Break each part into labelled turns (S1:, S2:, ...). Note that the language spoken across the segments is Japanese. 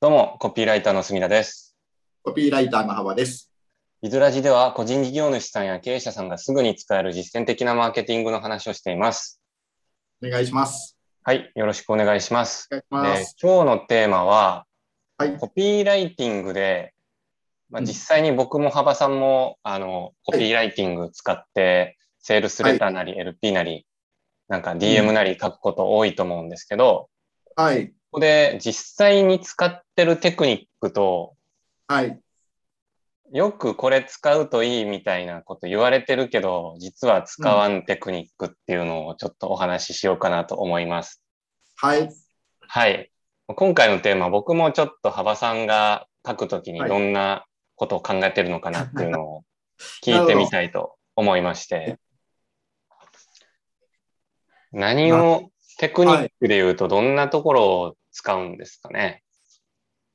S1: どうも、コピーライターの隅田です。
S2: コピーライターの幅です。
S1: ビズラジでは、個人事業主さんや経営者さんがすぐに使える実践的なマーケティングの話をしています。
S2: お願いします。
S1: はい、よろしくお願いします。
S2: お願いし
S1: で
S2: ます。
S1: 今日のテーマは、
S2: はい
S1: コピーライティングで、まあ、
S2: うん
S1: 実際に僕も幅さんも、あのコピーライティング使って、セールスレターなり LP なり、なんか DM なり書くこと多いと思うんですけど、
S2: はい。
S1: ここで実際に使ってるテクニックと
S2: はい。
S1: よくこれ使うといいみたいなこと言われてるけど、実は使わんテクニックっていうのをちょっとお話ししようかなと思います。
S2: はい。
S1: はい。今回のテーマ、僕もちょっと幅さんが書くときに
S2: はい
S1: どんなことを考えてるのかなっていうのを聞いてみたいと思いまして。何をテクニックで言うとどんなところを使うんですかね。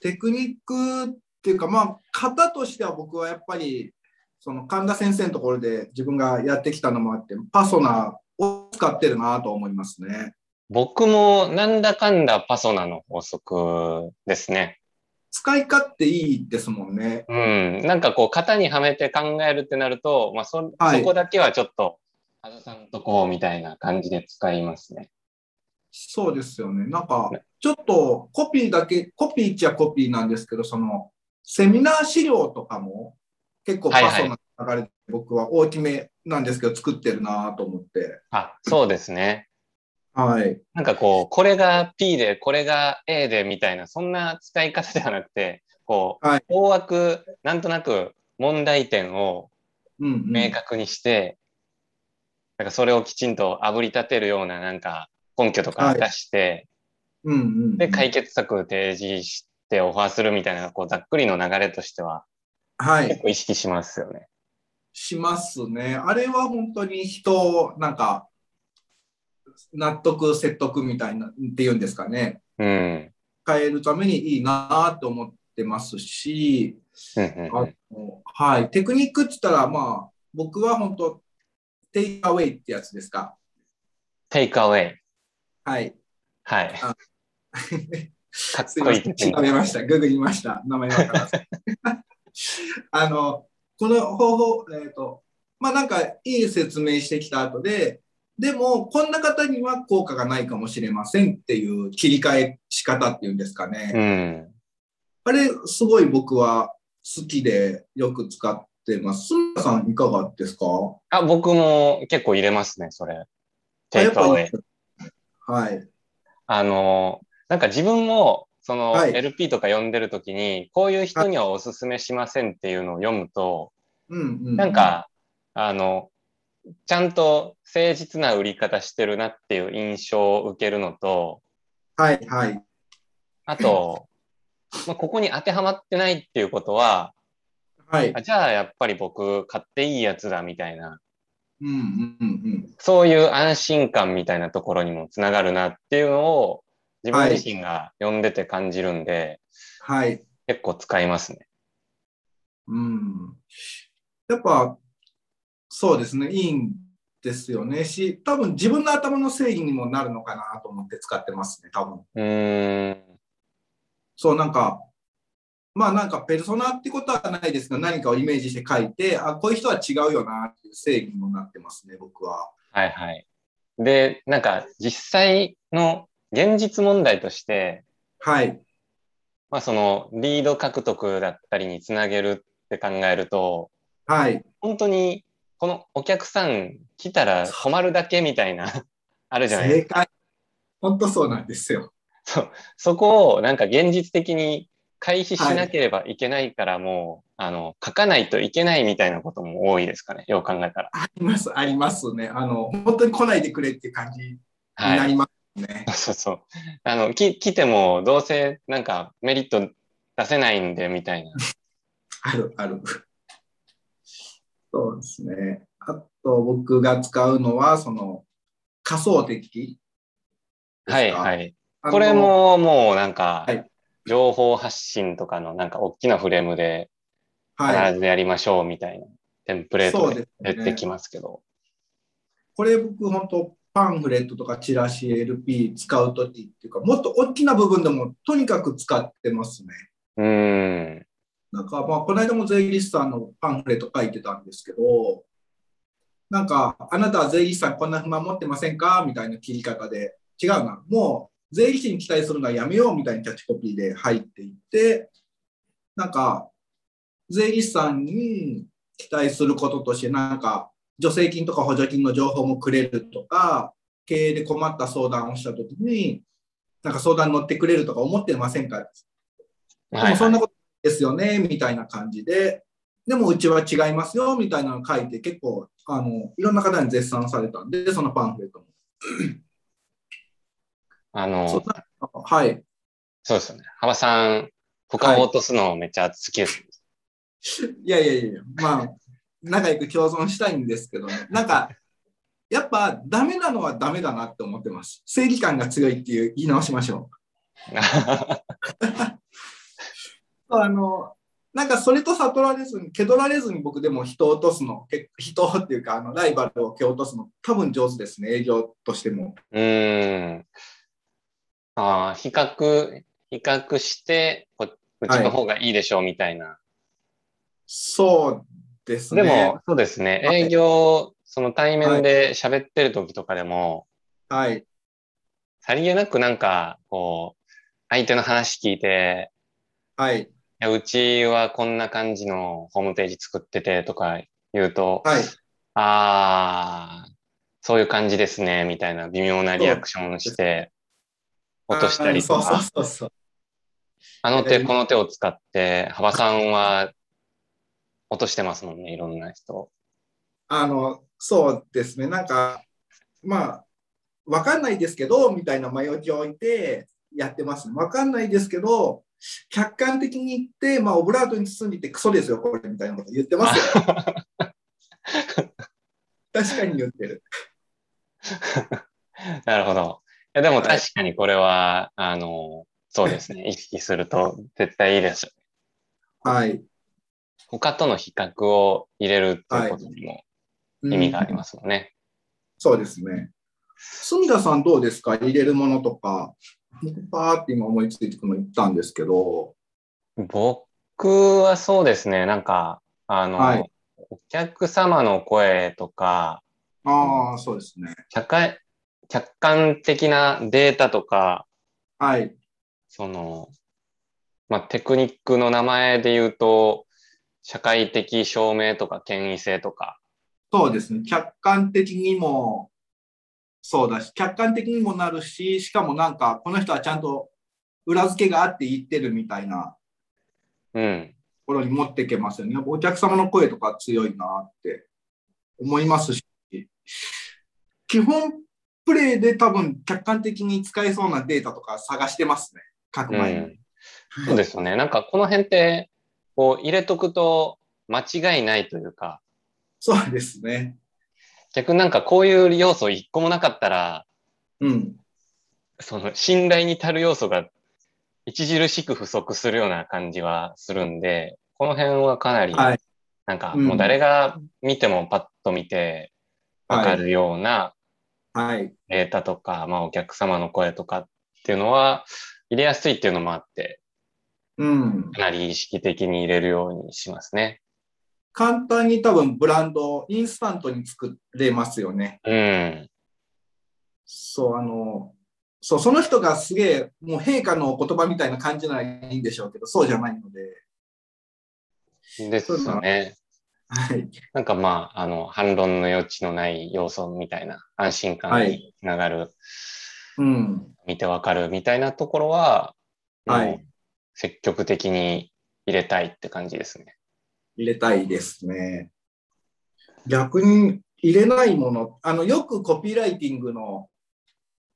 S2: テクニックっていうか、まあ、型としては僕はやっぱり、その神田先生のところで自分がやってきたのもあって、パソナを使ってるなと思いますね。
S1: 僕もなんだかんだパソナの法則ですね。
S2: 使い勝手いいですもんね。
S1: うん、なんかこう型にはめて考えるってなると、まあそ
S2: はい
S1: そこだけはちょっと、あざさんとこうみたいな感じで使いますね。
S2: そうですよね。なんか
S1: ね、
S2: ちょっとコピーだけ、コピーっちゃコピーなんですけど、その、セミナー資料とかも、結構パソナ流れで僕は大きめなんですけど、作ってるなと思って。
S1: あ、そうですね。
S2: はい。
S1: なんかこう、これが P で、これが A でみたいな、そんな使い方ではなくて、こう、
S2: はい
S1: 大枠、なんとなく問題点を
S2: うんうん、
S1: 明確にして、なんかそれをきちんと炙り立てるような、なんか根拠とか出して、
S2: うんうんうん、
S1: で、解決策を提示してオファーするみたいな、こう、ざっくりの流れとしては、
S2: は
S1: 結
S2: い、
S1: 構意識しますよね。
S2: しますね。あれは本当に人をなんか納得説得みたいなっていうんですかね
S1: うん。
S2: 変えるためにいいなと思ってますし、
S1: うんうんう
S2: あ
S1: ん
S2: のはい、テクニックって言ったらまあ僕は本当テイクアウェイってやつですか。
S1: テイクアウェイ。
S2: はい。
S1: はい。
S2: あ
S1: かっ
S2: すい
S1: こ
S2: ま
S1: いい
S2: せ
S1: テク
S2: ん。
S1: ニ
S2: 調
S1: ック。
S2: べました。ググりました。名前わからない。あの、この方法、えっ、と、まあなんかいい説明してきた後で、でも、こんな方には効果がないかもしれませんっていう切り替え仕方っていうんですかね。
S1: うん。
S2: あれ、すごい僕は好きでよく使ってます。すんさん、いかがですか
S1: あ、僕も結構入れますね、それ。テイクアウ
S2: あ
S1: ェ
S2: やっ
S1: イ。
S2: ぱはい。
S1: あの、なんか自分も、その
S2: はい
S1: LP とか読んでるときに、こういう人にはおすすめしませんっていうのを読むと、
S2: うんうん。
S1: なん、か、あの、ちゃんと誠実な売り方してるなっていう印象を受けるのと、
S2: はいはい。
S1: あ と、まあ、ここに当てはまってないっていうことは、
S2: はい。
S1: あじゃあやっぱり僕買っていいやつだみたいな、
S2: うんうんうんうん。
S1: そういう安心感みたいなところにもつながるなっていうのを自分自身が読んでて感じるんで、
S2: はい。
S1: 結構使いますね。
S2: うんやっぱ、そうですね、いいんですよねし、多分自分の頭の正義にもなるのかなと思って使ってますね、多分。
S1: うーん。
S2: そう、なんか、まあなんかペルソナってことはないですが、何かをイメージして書いて、あ、こういう人は違うよなっていう正義にもなってますね、僕は。
S1: はいはい。で、なんか実際の現実問題として、
S2: はい、
S1: まあそのリード獲得だったりにつなげるって考えると、
S2: はい、
S1: 本当にこのお客さん来たら困るだけみたいな、あるじゃないですか
S2: 正解。本当そうなんですよ。
S1: そこをなんか現実的に回避しなければいけないから、もう、あの、書かないといけないみたいなことも多いですかね。よう考えたら。
S2: あります、ありますね。あの、本当に来ないでくれっていう感じにな
S1: はい。
S2: りますね。
S1: そうそう。あの、き、来ても、どうせなんかメリット出せないんで、みたいな。
S2: あるある。そうですね。あと僕が使うのは、その仮想的。
S1: はい、はい。
S2: あの
S1: これ。も、もうなんか
S2: はい、
S1: 情報発信とかのなんか大きなフレームで
S2: はい。
S1: 必ずやりましょうみたいな、テンプレー
S2: そ
S1: トで
S2: うで
S1: 出
S2: す
S1: て
S2: ね。
S1: きますけど。
S2: これ僕本当パンフレットとかチラシ LP 使うときっていうか、もっと大きな部分でもとにかく使ってますね。
S1: うん。
S2: なんかまあ、この間も税理士さんのパンフレット書いてたんですけど、なんか、あなたは税理士さんこんな不満持ってませんかみたいな切り方で、違うな、もう税理士に期待するのはやめようみたいなキャッチコピーで入っていって、なんか、税理士さんに期待することとして、なんか、助成金とか補助金の情報もくれるとか、経営で困った相談をしたときに、なんか相談に乗ってくれるとか思ってませんかで
S1: は
S2: も
S1: い
S2: そんなことですよね、みたいな感じで、でもうちは違いますよ、みたいなの書いて、結構、あの、いろんな方に絶賛されたんで、そのパンフレットも。
S1: あ
S2: そ
S1: の
S2: ん、なはい。
S1: そうですよね。幅さん、他を落とすのめっちゃ好きです。
S2: いやいやいや、まあ、 仲良く共存したいんですけどね。なんか、やっぱ、ダメなのはダメだなって思ってます。正義感が強いっていう言い直しましょう。あの、なんかそれと悟られずに、蹴取られずに僕でも人を落とすの、結人っていうか、あの、ライバルを蹴落とすの、多分上手ですね、営業としても。
S1: うーん。ああ、比較、比較して、こうちの方がいいでしょうみたいな。
S2: そうですね。
S1: でも、そうですね。
S2: はい
S1: 営業、その対面で喋ってる時とかでも、
S2: はい。
S1: さりげなくなんか、こう、相手の話聞いて、
S2: はい。
S1: いやうちはこんな感じのホームページ作っててとか言うと、
S2: はい。
S1: ああ、そういう感じですね、みたいな微妙なリアクションをして、落としたりと
S2: あー
S1: か、
S2: そうそうそう
S1: あの手この手を使って、幅さんは落としてますもんね、いろんな人。
S2: あの、そうですね。なんか、まあ、わかんないですけど、みたいな前置きを置いてやってますね。わかんないですけど、客観的に言って、まあ、オブラートに包んでいて、クソですよ、これ、みたいなこと言ってま すよ。確かに言ってる。
S1: なるほど。いやでも
S2: はい
S1: 確かにこれは、あの、そうです ね。意識すると絶対いいです。
S2: はい。
S1: 他との比較を入れるということにも
S2: うん
S1: 意味がありますもんね。
S2: そうですね。住田さんどうですか入れるものとか、パーって今思いついてくるの言ったんですけど、
S1: 僕はそうですね。なんか、あの、
S2: はい
S1: お客様の声とか、
S2: ああ、そうですね。
S1: 客観客観的なデータとか、
S2: はい。
S1: その、まあ、テクニックの名前で言うと、社会的証明とか権威性とか、
S2: そうですね。客観的にも、そうだし、客観的にもなるし、しかもなんか、この人はちゃんと裏付けがあって言ってるみたいな
S1: うん、
S2: ところに持っていけますよね。やっぱお客様の声とか強いなって思いますし、基本プレイで多分客観的に使えそうなデータとか探してますね。各
S1: う
S2: 前に。
S1: ん、そうですよね。なんかこの辺って、こう入れとくと間違いないというか、
S2: そうですね。
S1: 逆になんかこういう要素一個もなかったら、
S2: うん。
S1: その信頼に足る要素が著しく不足するような感じはするんで、この辺はかなり、
S2: はい
S1: なんか
S2: うん
S1: もう誰が見てもパッと見てわかるような
S2: はい。
S1: データとか、まあお客様の声とかっていうのは入れやすいっていうのもあって、
S2: うん。
S1: かなり意識的に入れるようにしますね。
S2: 簡単に多分ブランドをインスタントに作れますよね。
S1: うん。
S2: そう、あの、そう、その人がすげえ、もう陛下のお言葉みたいな感じならいいんでしょうけど、そうじゃないので、
S1: です
S2: そうだ
S1: よね。
S2: はい。
S1: なんかまあ、あの、反論の余地のない要素みたいな、安心感につながる、
S2: うん。
S1: 見てわかるみたいなところは、
S2: はい
S1: もう積極的に入れたいって感じですね。
S2: 入れたいですね。逆に入れないもの、あの、よくコピーライティングの、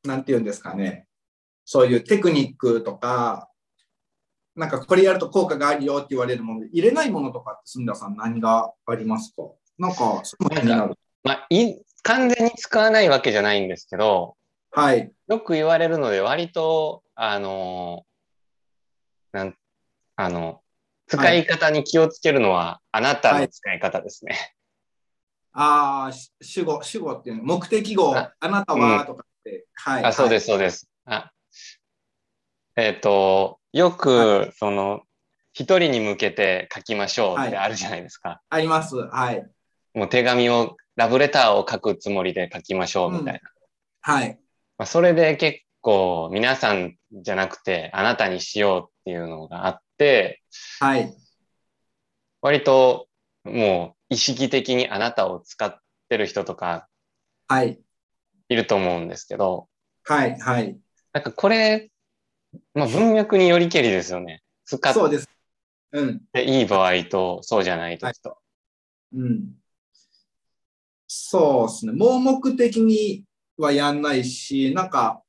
S2: なんて言うんですかね、そういうテクニックとか、なんかこれやると効果があるよって言われるもので、入れないものとかって、住田さん何がありますかなんか、すごい気になる。
S1: まあ、い完全に使わないわけじゃないんですけど、
S2: はい。
S1: よく言われるので、割と、あの、なん、あの、使い方に気をつけるのは、あなたの使い方ですね。
S2: ああ、し主語、主語っていうの、目的語、あ
S1: あ
S2: なたは、とかって、はい。。
S1: あ、そうですす、そうです。あえっ、と、よく、その、一人に向けて書きましょうってあるじゃないですか。
S2: あります。はい。
S1: もう手紙を、ラブレターを書くつもりで書きましょうみたいな。
S2: はい。
S1: まあ、それで結構、皆さんじゃなくて、あなたにしようっていうのがあって、
S2: はい。
S1: 割と、もう、意識的にあなたを使ってる人とか
S2: はい。
S1: いると思うんですけど、
S2: はい。はい。
S1: なんかこれ、まあ、文脈によりけりですよね。使っ
S2: そうです。うん。
S1: ていい場合と、そうじゃない時と。
S2: うん。そうですね。盲目的にはやんないし、なんか、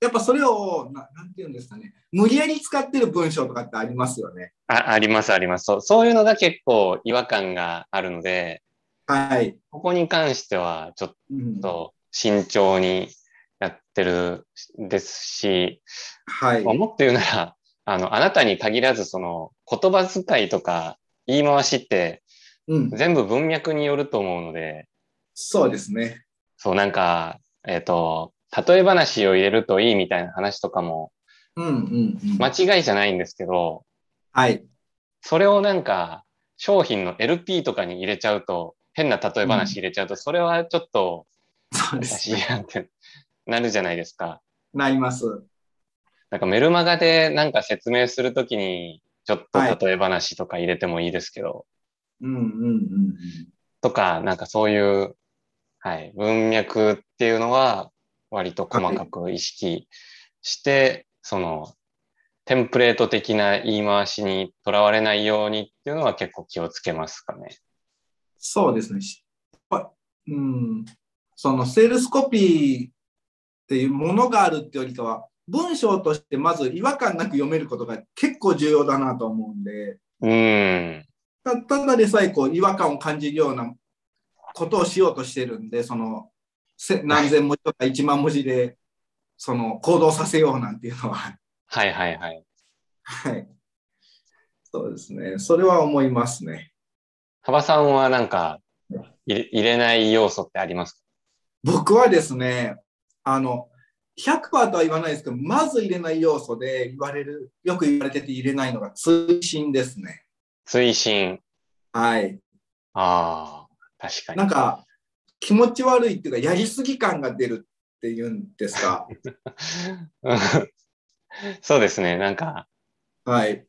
S2: やっぱそれを、ななんていうんですかね。無理やり使ってる文章とかってありますよね。
S1: ああります、ありますそう。そういうのが結構違和感があるので、
S2: はい。
S1: ここに関してはちょっ
S2: うん、
S1: と慎重にやってるですし、
S2: はい
S1: まあ。もっと言うなら、あの、あなたに限らず、その、言葉遣いとか言い回しって
S2: うん。
S1: 全部文脈によると思うので、
S2: そうですね。
S1: そう、なんか、えっ、と、例え話を入れるといいみたいな話とかも、
S2: うんうん、うん。
S1: 間違いじゃないんですけど、
S2: はい。
S1: それをなんか、商品の LP とかに入れちゃうと、変な例え話入れちゃうと、それはちょっと
S2: そう
S1: お
S2: で
S1: か
S2: す。
S1: しいなってなるじゃないですか。
S2: なります。
S1: なんかメルマガでなんか説明するときに、ちょっ
S2: はい
S1: と例え話とか入れてもいいですけど、
S2: うんうんうんうん。
S1: とか、なんかそういう、はい、文脈っていうのは、割と細かく意識して、その、テンプレート的な言い回しにとらわれないようにっていうのは結構気をつけますかね。
S2: そうですね。しやっぱうん。そのセールスコピーっていうものがあるってよりかは、文章としてまず違和感なく読めることが結構重要だなと思うんで、
S1: うん。
S2: たただでさえこう違和感を感じるようなことをしようとしてるんで、そのせ何千文字とか1万文字でその行動させようなんていうのは、
S1: はいはいはい。
S2: はい。そうですね。それは思いますね。
S1: 幅さんはなんか、入れ入れない要素ってありますか
S2: 僕はですね、あの、100%とは言わないですけど、まず入れない要素で言われる、よく言われてて入れないのが追伸ですね。
S1: 推進。
S2: はい。
S1: ああ、確かに
S2: なん。か、気持ち悪いっていうか、やりすぎ感が出るっていうんで すか。
S1: うん そうですね。なんか、
S2: はい。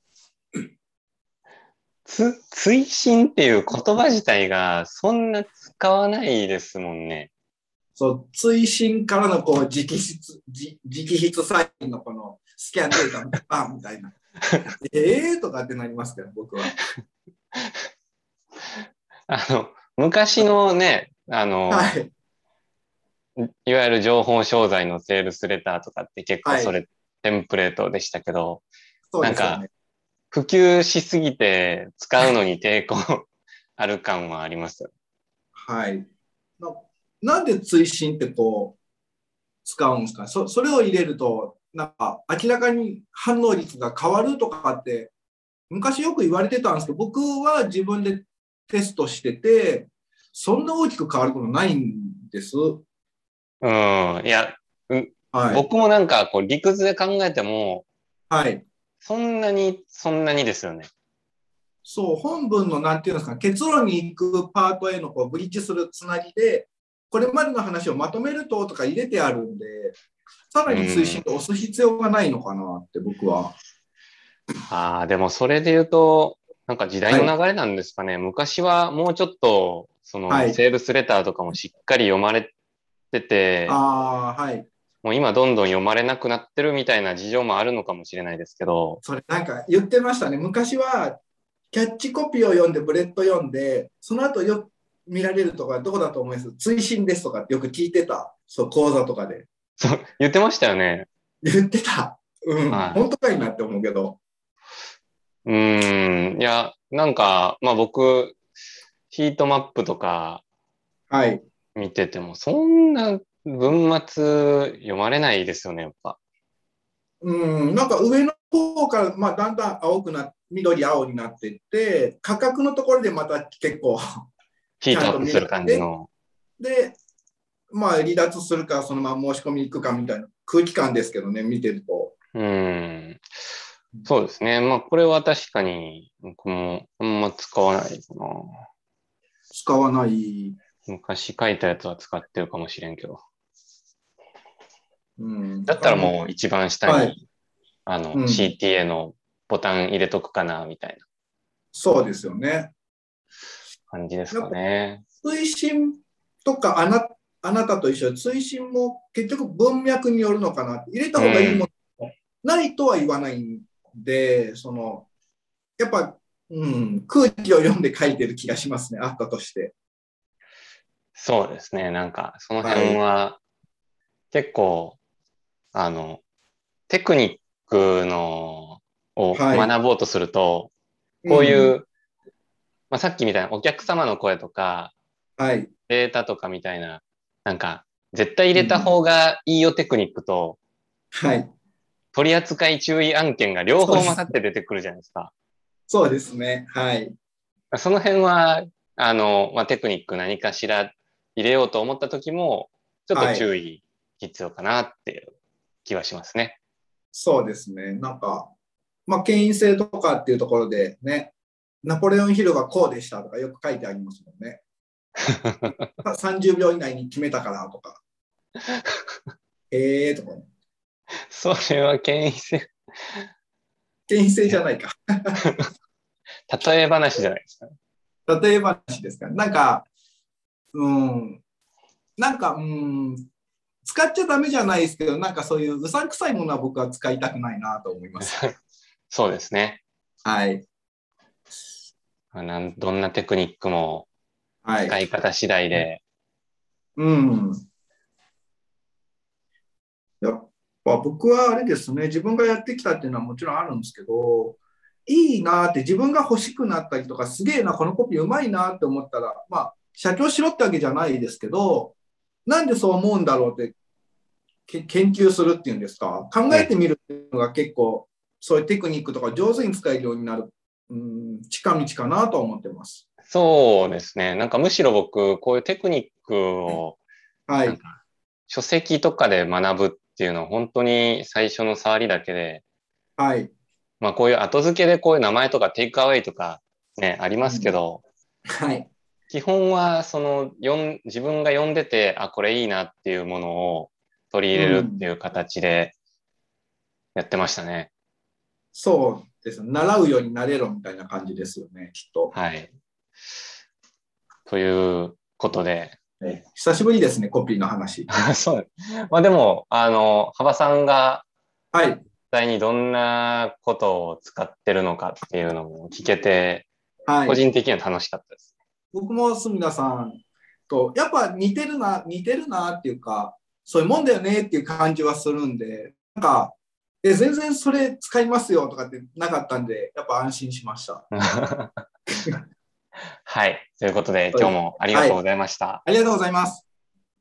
S1: つ、追伸っていう言葉自体がそんな使わないですもんね。
S2: そう、追伸からのこう、直筆、じ直筆サインのこの、スキャンデータのバンみた いな。ええーとかってなりますけど、僕は。
S1: あの、昔のね、あの、
S2: はい。
S1: い、わゆる情報商材のセールスレターとかって結構
S2: はい
S1: それ、テンプレートでしたけど、
S2: そうです
S1: な
S2: よ
S1: ん
S2: ね。
S1: 普及しすぎて使うのに抵抗 ある感はあります。
S2: はい。ななんで追伸ってこう、使うんですかそそれを入れると、なんか明らかに反応率が変わるとかって、昔よく言われてたんですけど、僕は自分でテストしてて、そんな大きく変わることないんです。
S1: うん。いや、
S2: はい。
S1: 僕もなんかこう理屈で考えても、
S2: はい。
S1: そんなに、そんなにですよね。
S2: そう、本文のなんていうんですか、結論に行くパートへのこうブリッジするつなぎで、これまでの話をまとめるととか入れてあるんで、さらに追伸と押す必要がないのかなって僕は
S1: ああ、でもそれで言うと、なんか時代の流れなんですかね。昔はもうちょっと、その、
S2: はい
S1: セールスレターとかもしっかり読まれてて、
S2: ああ、はい。
S1: もう今どんどん読まれなくなってるみたいな事情もあるのかもしれないですけど、
S2: それなんか言ってましたね。昔はキャッチコピーを読んでブレッド読んで、その後よく見られるとかどこだと思います追伸ですとかってよく聞いてた。そう、講座とかで。
S1: そう、言ってましたよね。
S2: 言ってた。うん。
S1: はい
S2: 本当かいなって思うけど。
S1: うーん、いや、なんか、まあ僕、ヒートマップとか
S2: はい。
S1: 見てても、そんな文末読まれないですよね、やっぱ。
S2: うん。なんか上の方から、まあ、だんだん青くなっ緑青になっていって、価格のところでまた結構
S1: ヒートアップする感じの。
S2: で、まあ、離脱するか、そのまま申し込み行くかみたいな空気感ですけどね、見てると。
S1: うん。そうですね。まあ、これは確かに、僕もあんま使わないかな。
S2: 使わない。
S1: 昔書いたやつは使ってるかもしれんけど。
S2: うん、
S1: だったらもう一番下に、
S2: はい
S1: あの、
S2: うん
S1: CTA のボタン入れとくかな、みたいな
S2: そうですよね。
S1: 感じですかね。
S2: 推進とかあなあなたと一緒で推進も結局文脈によるのかなって入れた方がいいもの、ないとは言わないんでそのやっぱ、うん、空気を読んで書いてる気がしますねあったとして。
S1: そうですね。なんか、その辺は、結構、あの、テクニックの、を
S2: はい
S1: 学ぼうとすると、こういう、
S2: ん
S1: まあ、さっきみたいなお客様の声とか、
S2: はい
S1: データとかみたいな、なんか、絶対入れた方がいいよテクニックと、
S2: はい
S1: 取り扱い注意案件が両方混ざって出てくるじゃないですか。
S2: そうですねはい
S1: その辺は、あの、まあ、テクニック何かしら入れようと思った時も、ちょっと注意必要かなっていう気はしますね。
S2: そうですねなんかまあ権威性とかっていうところでねナポレオンヒルがこうでしたとかよく書いてありますもんね。30秒以内に決めたからとか。 えーとかね。
S1: それは権威性、
S2: 権威性じゃないか。
S1: 例え話じゃないですか。
S2: 例え話ですか。なんか、うん、なんか、うん、使っちゃダメじゃないですけど、なんかそういううさんくさいものは僕は使いたくないなと思います。
S1: そうですね。
S2: はい。
S1: まあなんどんなテクニックも
S2: は
S1: 使
S2: い。
S1: い方次第で、
S2: うん。やっぱ僕はあれですね、自分がやってきたっていうのはもちろんあるんですけど、いいなって自分が欲しくなったりとか、すげえな、このコピーうまいなって思ったら、まあ、社長しろってわけじゃないですけど、なんでそう思うんだろうってけ研究するっていうんですか、考えてみるっていうのが結構、そういうテクニックとか上手に使えるようになる、うん、近道かなとは思ってます。
S1: そうですね。なんかむしろ僕、こういうテクニックを
S2: は
S1: なん
S2: い。
S1: か書籍とかで学ぶっていうのは本当に最初の触りだけで、
S2: はい。
S1: まあこういう後付けでこういう名前とかテイクアウェイとかね、ありますけど、
S2: はい。
S1: 基本はその読ん自分が読んでて、あ、これいいなっていうものを取り入れるっていう形でやってましたね。
S2: そうです。習うようになれろみたいな感じですよね、きっと。
S1: はい。ということで、
S2: え久しぶりですね、コピーの話。
S1: そう。まあでも、あの、幅さんが
S2: はい。
S1: 実際にどんなことを使ってるのかっていうのも聞けて、個
S2: はい。
S1: 人的には楽しかったです。
S2: 僕もすみださんと、やっぱ似てるな、似てるなっていうか、そういうもんだよねっていう感じはするんで、なんか、え全然それ使いますよとかってなかったんで、やっぱ安心しました。
S1: はい。ということで、今日もありがとうございました。
S2: ありがとうございます。